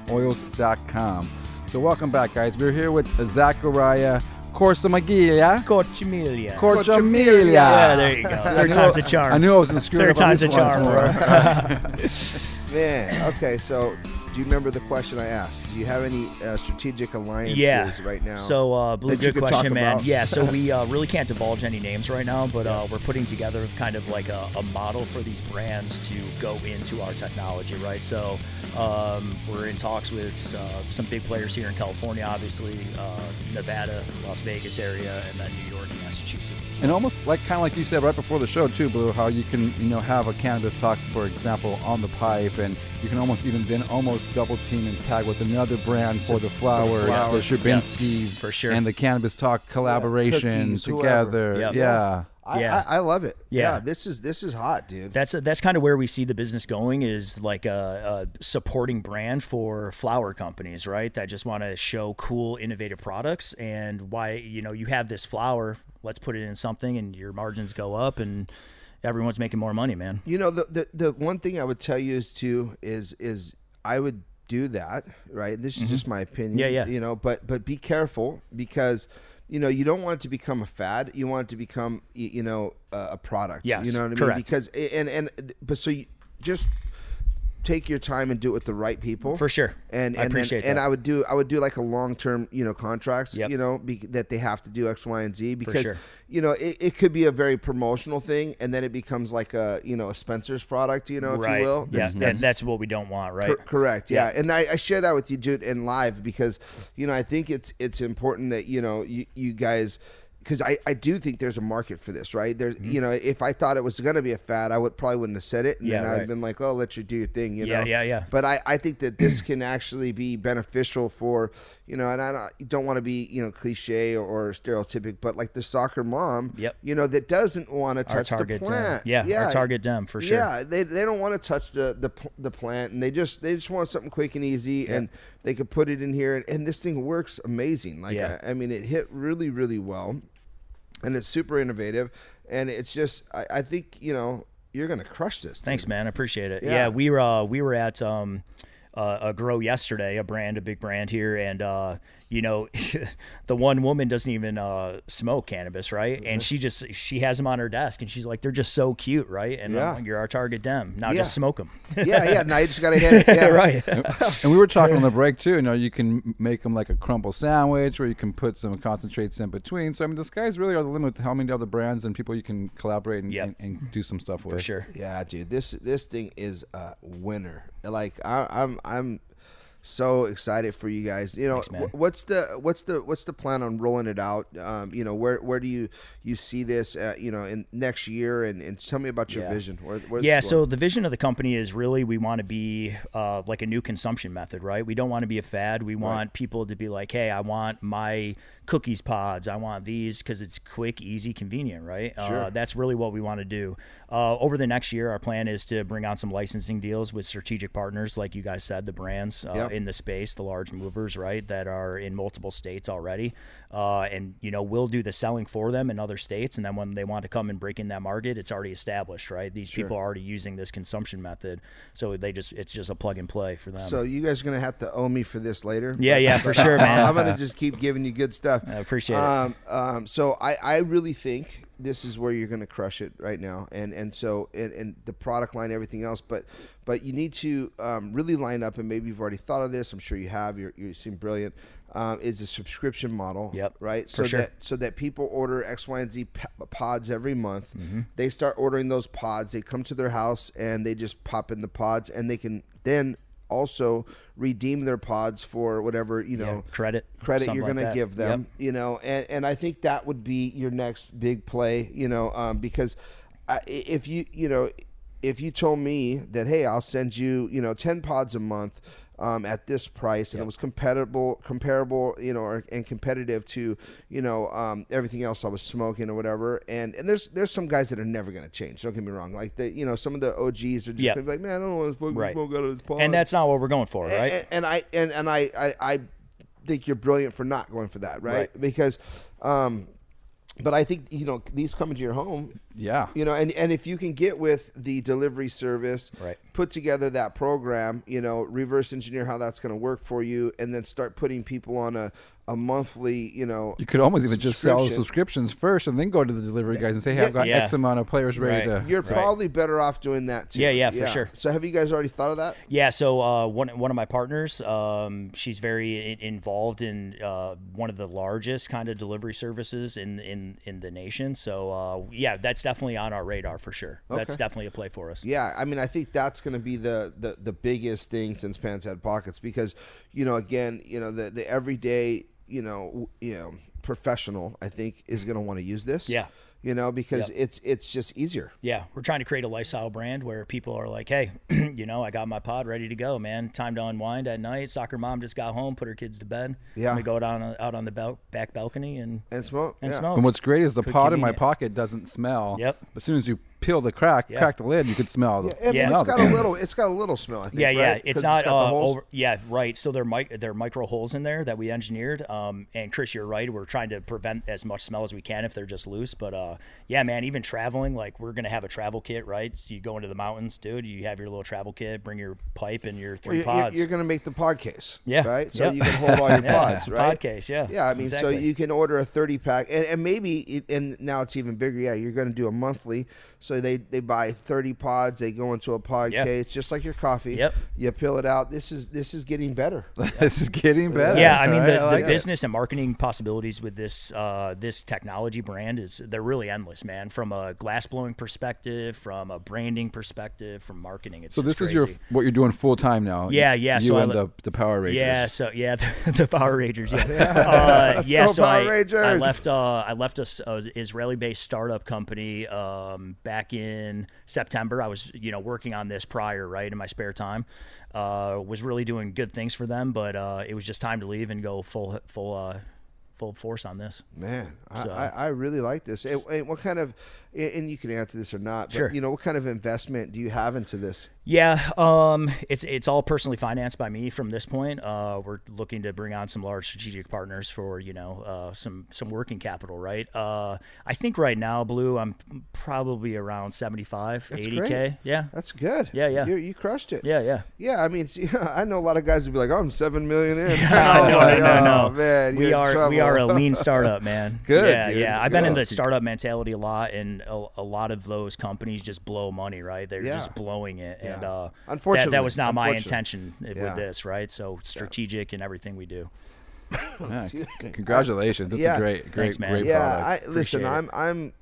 www.loranoils.com. So welcome back, guys. We're here with Zachariah Corsamagia. Corchamilia. Corchamilia. Yeah, there you go. Third time's a charm. I knew I was going to screw it Third up on time's this a charm, once oh more. Man, okay, so do you remember the question I asked? Do you have any uh, strategic alliances yeah. right now? So, uh, Blue, that you good could talk question, man. about? Yeah, so we uh, really can't divulge any names right now, but uh, we're putting together kind of like a, a model for these brands to go into our technology, right? So, um, we're in talks with uh, some big players here in California, obviously, uh, Nevada, Las Vegas area, and then New York and Massachusetts. And almost like kind of like you said right before the show too, Blue, how you can you know have a cannabis talk, for example, on the pipe, and you can almost even then almost double team and tag with another brand for the flower, the, flower. Sherbinsky's, for sure. and the cannabis talk collaboration Cookies, whoever. together. Yep. Yeah. I, Yeah. I, I love it. Yeah. this is this is hot, dude. That's that's kind of where we see the business going is like a, a supporting brand for flower companies, right? That just want to show cool, innovative products and why you know you have this flower. Let's put it in something, and your margins go up, and everyone's making more money, man. You know, the, the the one thing I would tell you is to is is I would do that, right? This is just my opinion. Mm-hmm. Yeah, yeah. You know, but but be careful because you know you don't want it to become a fad. You want it to become y- you know uh, a product. Yes, you know what I correct. mean? Because and and but so you just take your time and do it with the right people For sure. and I and, then- appreciate and that. I would do I would do like a long term you know contracts you know be, that they have to do X Y and Z because sure. you know it, it could be a very promotional thing and then it becomes like a you know a Spencer's product you know if right? you will yeah, and that's what we don't want, right? Cor- correct. Yeah, and I, I share that with you, dude, in live because you know I think it's it's important that you know you, you guys because I, I do think there's a market for this, right? There's Mm-hmm. you know if I thought it was gonna be a fad, I would probably wouldn't have said it, and Yeah, then I'd right. been like, oh, let you do your thing, you Yeah, know? yeah, yeah. But I, I think that this can actually be beneficial for you know, and I don't, don't want to be you know cliche or, stereotypic, but like the soccer mom, Yep. you know, that doesn't want to Our touch the target dem. plant, Yeah, our target dem for sure. Yeah, they, they don't want to touch the, the pl- the plant, and they just they just want something quick and easy, and they could put it in here, and, and this thing works amazing. Like Yeah. I, I mean, it hit really really well, and it's super innovative, and it's just I, I think you know you're gonna crush this. dude. Thanks, man. I appreciate it. Yeah. Yeah, we were uh, we were at um, uh, a grow yesterday, a brand, a big brand here, and uh, you know, the one woman doesn't even uh, smoke cannabis, right? Mm-hmm. And she just she has them on her desk, and she's like, they're just so cute, right? And Yeah. I'm like, you're our target dem. Now Yeah. just smoke them. yeah, yeah. Now you just gotta hit it. Yeah. right. and we were talking on the break too. You know, you can make them like a crumble sandwich, or you can put some concentrates in between. So I mean, the skies really are the limit with how many other brands and people you can collaborate and, and, and do some stuff with. Yeah, dude. This this thing is a winner. Like I, I'm I'm so excited for you guys. You know, Thanks, man. wh- what's the what's the what's the plan on rolling it out? Um, you know, where where do you you see this? Uh, you know, in next year, and, and tell me about your Yeah. vision. Where, where's yeah this so going? the vision of the company is really we want to be uh, like a new consumption method right we don't want to be a fad we want people to be like hey i want my cookies pods i want these because it's quick easy convenient right Sure. uh, that's really what we want to do uh, over the next year our plan is to bring on some licensing deals with strategic partners like you guys said the brands uh, Yep. in the space the large movers right that are in multiple states already uh, and you know we'll do the selling for them in other states and then when they want to come and break in that market it's already established right these Sure. people are already using this consumption method so they just it's just a plug and play for them So you guys are gonna have to owe me for this later. Yeah, yeah, for sure, man. I'm gonna just keep giving you good stuff. I appreciate it. um, Um, so I, I really think this is where you're gonna crush it right now, and and so and, and the product line, everything else, but but you need to um, really line up, and maybe you've already thought of this. I'm sure you have. You're, you seem brilliant. Um, is a subscription model. Yep. Right. for so sure. that so that people order X, Y, and Z p- pods every month. Mhm. They start ordering those pods. They come to their house and they just pop in the pods, and they can then also redeem their pods for whatever you know credit credit something you're like going that. to give them. You know, and and I think that would be your next big play. You know, um, because I, if you you know if you told me that hey I'll send you you know ten pods a month. Um, at this price, and it was compatible, comparable, you know, or, and competitive to, you know, um, everything else I was smoking or whatever. And and there's there's some guys that are never gonna change. Don't get me wrong. Like the, you know, some of the OGs are just Yeah. gonna be like, man, I don't want to fucking Right. smoke out of this pod. and that's not what we're going for A- right a- And, I and and I, I I think you're brilliant for not going for that, right? Right. Because, um, but I think you know these come into your home. Yeah. You know, and and if you can get with the delivery service, right. put together that program, you know, reverse engineer how that's going to work for you, and then start putting people on a a monthly, you know, You could almost even just sell subscription. subscriptions first, and then go to the delivery guys and say, "Hey, I've got Yeah. X amount of players ready to." You're probably better off doing that too. Yeah, yeah, for sure. So have you guys already thought of that? Yeah, so uh, one one of my partners, um, she's very in- involved in uh, one of the largest kind of delivery services in in in the nation. So uh, yeah, that's definitely on our radar for sure. That's Okay. definitely a play for us. Yeah, I mean, I think that's going to be the, the the biggest thing since Pants Had Pockets because, you know, again, you know, the the everyday, you know, w- you know, professional, I think, is going to want to use this. Yeah. You know, because Yep. it's it's just easier. Yeah, we're trying to create a lifestyle brand where people are like, hey, you know, I got my pod ready to go, man. Time to unwind at night. Soccer mom just got home, put her kids to bed. Yeah. we go down uh, out on the bel- back balcony and and smoke and smoke. And what's great is the Could pod in my convenient. pocket doesn't smell. Yep. As soon as you peel the crack, Yeah. crack the lid, you could smell the. I mean, smell it's the got a cannabis. little it's got a little smell. I think, yeah, yeah. right? 'Cause It's not got the uh, holes. over. Yeah, right. So there are mic- there are micro holes in there that we engineered. Um, and Chris, you're right. We're trying to prevent as much smell as we can if they're just loose. But uh, yeah, man. Even traveling, like we're gonna have a travel kit, right? So you go into the mountains, dude. You have your little travel kit. Bring your pipe and your Well, three you're- you're, pods. You're going to make the pod case, Yeah. right? So Yep. you can hold all your Yeah. pods, right? Pod case, yeah. Yeah, I mean, so Exactly. you can order a 30 pack, and, and maybe, it, and now it's even bigger. Yeah, you're going to do a monthly, so they they buy 30 pods, they go into a pod Yeah. case, just like your coffee. Yep. You peel it out. This is this is getting better. this is getting better. Yeah, I mean right? the, the like it. business and marketing possibilities with this uh, this technology brand is they're really endless, man. From a glass blowing perspective, from a branding perspective, from marketing. It's So this just is your crazy. what you're doing full time now. Yeah, yeah, Oh, You so I and le- the, the Power Rangers. Yeah, so yeah, the, Power Rangers. Yeah, uh, Let's yeah. go, so Power I, I Rangers. left. Uh, I left a, s- a Israeli-based startup company um, back in September. I was, you know, working on this prior, right, in my spare time. Uh, was really doing good things for them, but uh, it was just time to leave and go full, full, uh, full force on this. Man, I, So- I, I really like this. And, and what kind of, and- and you can answer this or not, but Sure. you know, what kind of investment do you have into this? Yeah, um, it's it's all personally financed by me from this point. Uh, we're looking to bring on some large strategic partners for you know uh, some some working capital, right? Uh, I think right now, Blue, I'm probably around 75, That's 80 great. k. Yeah, that's good. Yeah, yeah, You, you crushed it. yeah, yeah. Yeah, I mean, see, I know a lot of guys would be like, "I'm seven million in." no, I'm no, like, no, no, "Oh, man, we you're in are we trouble." are a lean startup, man. Good, Yeah, dude, yeah. I've been in good. the startup mentality a lot, and a, a lot of those companies just blow money, right? They're Yeah. just blowing it, and Yeah. uh, that- that, Unfortunately, was not my unfortunately. intention Yeah. with this, right? So strategic in everything we do. Yeah, c- congratulations. That's a great- great- Thanks, man. great yeah, product. I, listen, Appreciate it. I'm I'm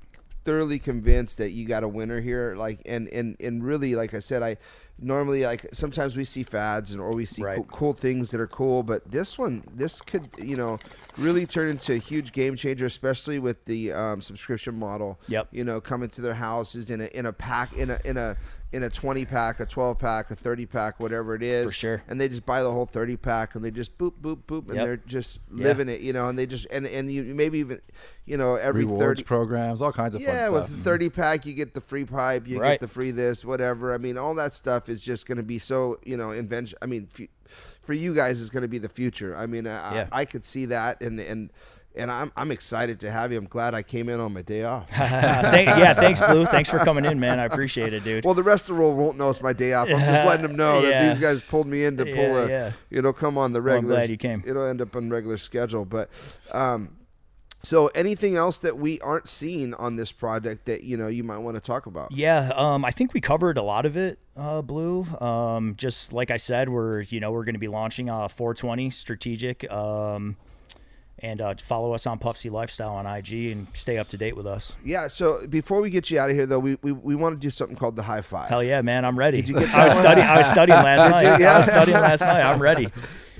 thoroughly convinced that you got a winner here. Like, and and and really, like I said, I normally like sometimes we see fads and or we see cool, cool things that are cool, but this one, this could you know really turn into a huge game changer, especially with the um, subscription model. Yep. You know, coming to their houses in a in a pack in a in a in a 20 pack, a 12 pack, a 30 pack, whatever it is. For sure. And they just buy the whole 30 pack and they just boop, boop, boop. And Yep. they're just Yeah. living it, you know, and they just, and, and you maybe even, you know, every Rewards 30 programs, all kinds of fun yeah, with stuff. Mm-hmm. the 30 pack, you get the free pipe, you get Right. the free this, whatever. I mean, all that stuff is just going to be so, you know, invention. I mean, fu- for you guys, it's going to be the future. I mean, I, Yeah. I, I could see that. And, and, and I'm, I'm excited to have you. I'm glad I came in on my day off. Thank- yeah, thanks, Blue. Thanks for coming in, man. I appreciate it, dude. Well, the rest of the world won't know it's my day off. I'm just Yeah, letting them know that yeah. these guys pulled me in to pull Yeah, a, yeah. you know, come on the Well, I'm regular. glad you came. It'll end up on regular schedule, but. Um, so anything else that we aren't seeing on this project that you know you might want to talk about? Yeah, um, I think we covered a lot of it, uh, Blue. Um, just like I said, we're you know we're going to be launching uh, 420 strategic, um, and uh, follow us on Puffsy Lifestyle on IG and stay up to date with us. Yeah. So before we get you out of here, though, we, we, we want to do something called the high five. Hell yeah, man! I'm ready. Did you get I was that one? studying. I was studying last Did you? night. Yeah. I was studying last night. I'm ready.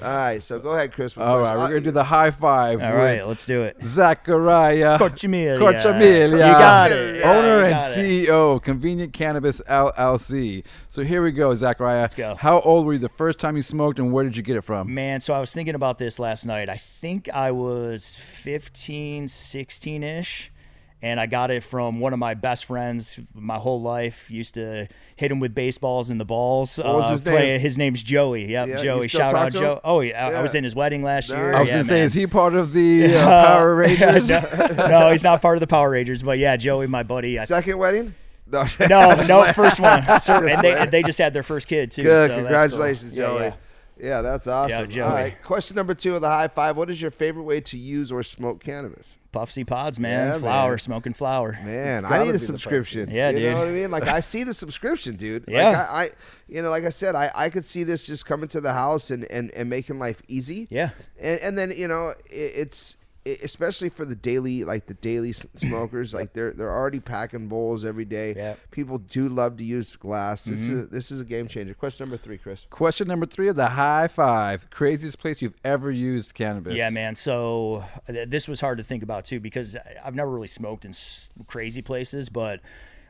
All right. So go ahead, Chris. All right, we're gonna do the high five. All right, let's do it. Zachariah Corchimilia. Corchimilia. You got it. Yeah, Owner you and got CEO, of Convenient Cannabis LLC. So here we go, Zachariah. Let's go. How old were you the first time you smoked, and where did you get it from? Man, so I was thinking about this last night. I think I was 15, 16 ish. And I got it from one of my best friends my whole life. Used to hit him with baseballs in the balls. Uh, What was his name? His name's Joey. Yep, Yeah, you Joey. still Shout talk out to him? Joe. Oh, yeah, I- I Yeah. was in his wedding last year. I was Yeah, gonna say, man. is he part of the uh, Power Rangers? no, no, he's not part of the Power Rangers. But yeah, Joey, my buddy. I- Second wedding? No, no, no, first one. Just So, and they, playing. and they just had their first kid too. so Good. that's cool. Congratulations, Yeah, Joey. yeah. Yeah, that's awesome. Joey. All right. Question number two of the high five. What is your favorite way to use or smoke cannabis? Puffsy pods, man. Yeah, flower, man. smoking flower. Man, I need a subscription. Yeah, you dude. know what I mean. Like I see the subscription, dude. Like, Yeah. I, I, you know, like I said, I, I could see this just coming to the house and and, and making life easy. Yeah. And and then you know it, it's it, especially for the daily like the daily s- smokers like they're they're already packing bowls every day. Yeah. People do love to use glass. This Mm-hmm. is Mhm. this is a game changer. Question number three, Chris. Question number three of the high five: craziest place you've ever used cannabis. Yeah, man. So uh, th- this was hard to think about too because I- I've never really smoked in s- crazy places, but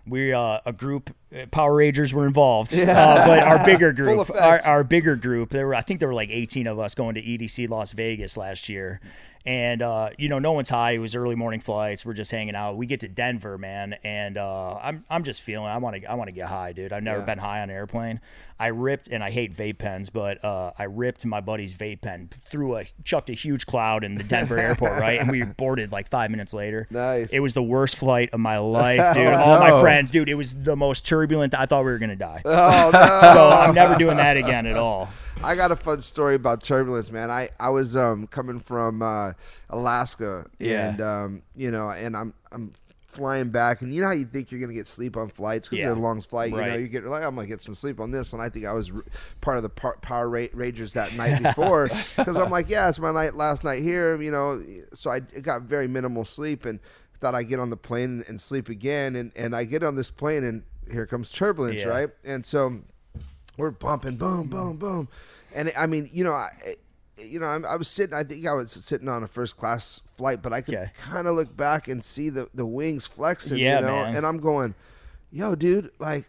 we uh, a group uh, Power Rangers were involved, uh, but our bigger Full group, effect. our, our bigger group, there were I think there were like 18 of us going to EDC Las Vegas last year, and uh, you know no one's high. It was early morning flights. We're just hanging out. We get to Denver, man, and uh, I'm I'm just feeling. I want to I want to get high, dude. I've never Yeah. been high on an airplane. I ripped, and I hate vape pens, but uh, I ripped my buddy's vape pen through a chucked a huge cloud in the Denver airport, right? And we boarded like five minutes later. Nice. It was the worst flight of my life, dude. Oh, no. All my friends, dude. It was the most turbulent. I thought we were gonna die. Oh no! so I'm never doing that again at all. I got a fun story about turbulence, man. I I was um coming from uh, Alaska, Yeah. and um you know, and I'm I'm flying back, and you know how you think you're gonna get sleep on flights because Yeah. they're a long flight. You know, Right. you get like I'm gonna get some sleep on this, and I think I was r- part of the par- Power Ra- Rangers that night before because I'm like, yeah, it's my night last night here, you know. So I got very minimal sleep and thought I get on the plane and sleep again, and and I get on this plane and here comes turbulence, Yeah. right? And so we're bumping, boom, boom, boom, and I mean, you know, I, you know, I'm, I was sitting. I think I was sitting on a first class flight, but I could kind of look back and see the the wings flexing, Yeah, you know, man. and I'm going, yo, dude, like.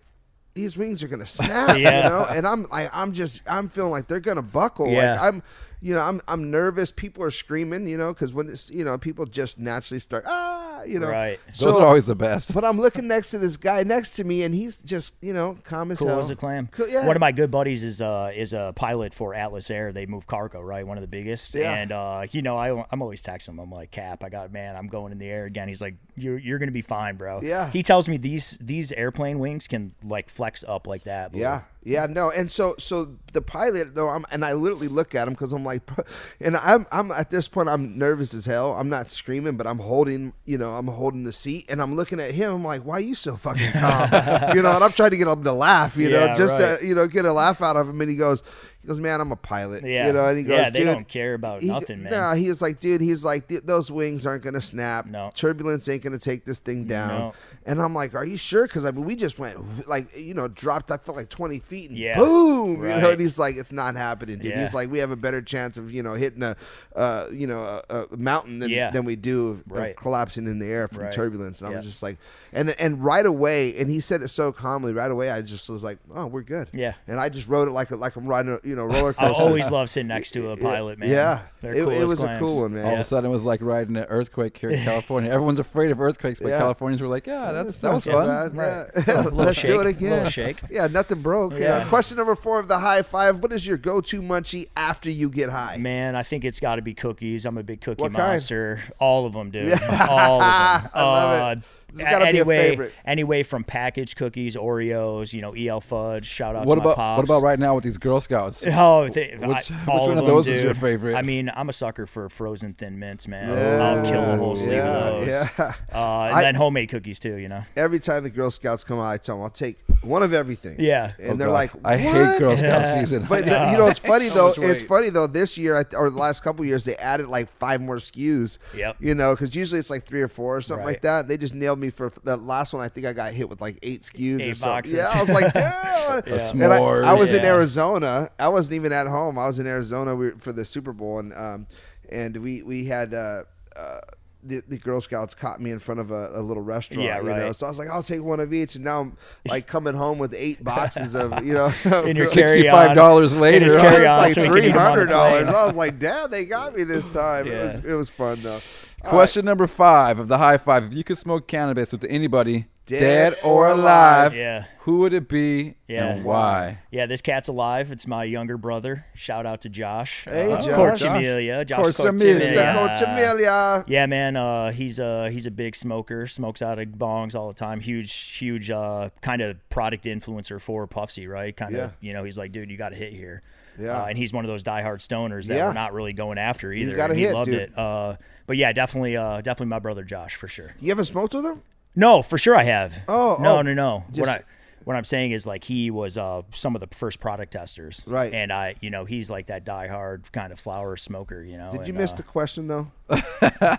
These wings are gonna snap, Yeah. you know, and I'm like, I'm just, I'm feeling like they're gonna buckle. Yeah. Like I'm, you know, I'm, I'm nervous. People are screaming, you know, because when it's, you know, people just naturally start, ah, you know. Right. Those are always the best. But I'm looking next to this guy next to me, and he's just, you know, calm as cool hell. as a clam. Cool, yeah. One of my good buddies is uh is a pilot for Atlas Air. They move cargo, right? One of the biggest. Yeah. And uh, you know, I I'm always texting him. I'm like, Cap, I got man, I'm going in the air again. He's like, You're you're gonna be fine, bro. Yeah. He tells me these these airplane wings can like flex up like that. Blue. Yeah, yeah, no, and so so the pilot though, I'm and I literally look at him because I'm like, "Bro," and I'm I'm at this point I'm nervous as hell. I'm not screaming, but I'm holding, you know, I'm holding the seat, and I'm looking at him. I'm like, why are you so fucking calm? you know, and I'm trying to get him to laugh, you know, Yeah, just right. to you know get a laugh out of him, and he goes. He goes, man. I'm a pilot. Yeah. you know, and he goes, Yeah, they "Dude," don't care about he- nothing, man. No, he was like, dude. He's like, "Dude, those wings aren't gonna snap. No, turbulence ain't gonna take this thing down. No. And I'm like, are you sure? Because I mean, we just went v- like you know dropped. I felt like 20 feet and Yeah. boom, you know. Right. And he's like, it's not happening, dude. Yeah. He's like, we have a better chance of you know hitting a uh, you know a, a mountain than, Yeah. than we do of, of Right. collapsing in the air from Right. turbulence. And I was Yeah. just like, and and right away, and he said it so calmly. Right away, I just was like, oh, we're good. Yeah. And I just rode it like a, like I'm riding a you know roller I coaster. always love sitting next to a Yeah, pilot, man. Yeah, They're it, cool it as was a clams. cool one, man. All of a sudden, it was like riding an earthquake here in California. Everyone's afraid of earthquakes, but Yeah. Californians were like, "Yeah, that's, It's that not was so fun." bad, Right. yeah. Little Let's shake, do it little again. shake. Yeah, nothing broke. you know. Yeah. Question number four of the high five. What is your go-to munchie after you get high? Man, I think it's got to be cookies. I'm a big cookie What kind? monster. All of them, dude. All of them. I love it. This has gotta be a anyway, favorite. Anyway, from packaged cookies, Oreos, you know, EL fudge. Shout out What to about my pops. what about right now with these Girl Scouts? Oh, they, I- which, all which one of of those them, is your dude. favorite? I mean, I'm a sucker for frozen thin mints, man. Yeah. I'll kill a whole sleeve of Yeah, those. yeah. Uh, and I- then homemade cookies too, you know. Every time the Girl Scouts come out, I tell them I'll take one of everything. Yeah. Oh, and they're God. like, I hate "What?" Girl Scout Yeah. season. But I know. the- you know, it's funny So though. much It's weight. funny though. This year I th- or the last couple years, they added like five more SKUs. Yep. You know, because usually it's like three or four or something Right. like that. They just nailed me for the last one. I think I got hit with like eight SKUs or Eight something. boxes. Yeah, I was like, damn. Yeah. And I, I S'mores. was in Yeah. Arizona. I wasn't even at home. I was in Arizona we- for the Super Bowl, and um, and we we had uh, uh, the the Girl Scouts caught me in front of a, a little restaurant. Yeah, you know? right. So I was like, I'll take one of each, and now I'm like coming home with eight boxes of you know In your $65 carry-on. In later. his It's carry-on, like so we can three eat 'em on the hundred dollars. plane. I was like, damn, they got me this time. It was it was fun though. All right. Question number five of the high five: If you could smoke cannabis with anybody, Dead dead, or or alive, Yeah. who would it be Yeah. and why? Yeah, this cat's alive. It's my younger brother. Shout out to Josh. Hey, uh, Josh. Corchimilia. Josh Corchimilia. Corchimilia. Corchimilia. Yeah, man. Uh, he's a he's a big smoker. Smokes out of bongs all the time. Huge, huge uh, kind of product influencer for Puffsy, right? Kind Yeah. of, you know, he's like, dude, you got to hit here. Yeah. Uh, and he's one of those diehard stoners that Yeah. we're not really going after either. gotta and he hit, loved dude. it. Uh, but yeah, definitely, uh, definitely my brother Josh for sure. You haven't smoked with them? No, for sure I have. Oh, no, oh. no, no. Just- what I what I'm saying is like he was uh, some of the first product testers, Right. And I, you know, he's like that diehard kind of flower smoker, you know. Did and, you miss uh, the question though?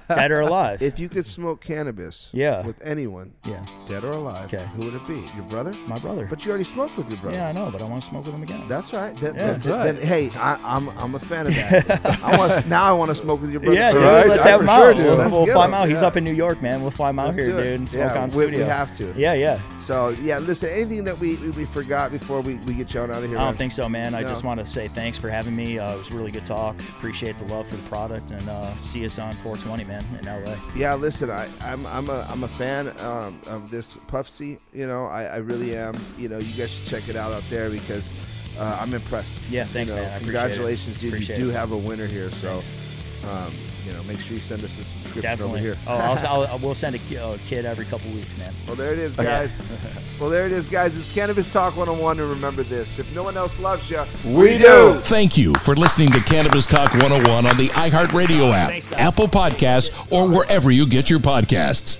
dead or alive? If you could smoke cannabis, Yeah. with anyone, Yeah. dead or alive, Okay. who would it be? Your brother? My brother. But you already smoked with your brother. yeah, I know, but I want to smoke with him again. That's right. That, Yeah. that- That's right. Then, hey, I, I'm I'm a fan of that. I want now I want to smoke with your brother. yeah, too. dude, Right, let's I have for him sure out. do. We'll, Let's we'll get fly him him, out. He's yeah. up in New York, man. We'll fly him out Let's here, do it. dude, and smoke Yeah, on we- we studio. have to. Yeah, yeah. So yeah, listen. Anything that we, we, we forgot before we, we get you on out of here? I man? don't think so, man. I No. just want to say thanks for having me. Uh, it was a really good talk. Appreciate the love for the product, and uh, see us on 420, man, in LA. Yeah, listen, I, I'm I'm a I'm a fan um, of this Puffsy. You know, I, I really am. You know, you guys should check it out out there because uh, I'm impressed. Yeah, You thanks, know, man. I appreciate it. congratulations, dude. Appreciate you do it. have a winner here, so um, you know, make sure you send us a subscription Definitely. over here. Oh, I'll, I'll, we'll send a ki- a kid every couple weeks, man. Well, there it is, Okay. guys. well, there it is, guys. It's Cannabis Talk 101, and remember this: if no one else loves you, Thank you for listening to Cannabis Talk 101 on the iHeartRadio app, Apple Podcasts, or wherever you get your podcasts.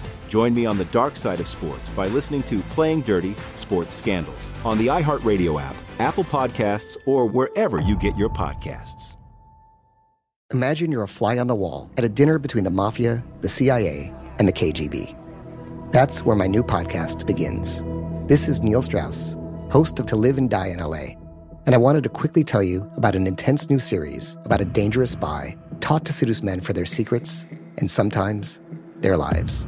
Join me on the dark side of sports by listening to Playing Dirty Sports Scandals on the iHeartRadio app, Apple Podcasts, or wherever you get your podcasts. Imagine you're a fly on the wall at a dinner between the mafia, the CIA, and the KGB. That's where my new podcast begins. This is Neil Strauss, host of To Live and Die in LA, and I wanted to quickly tell you about an intense new series about a dangerous spy taught to seduce men for their secrets and sometimes their lives.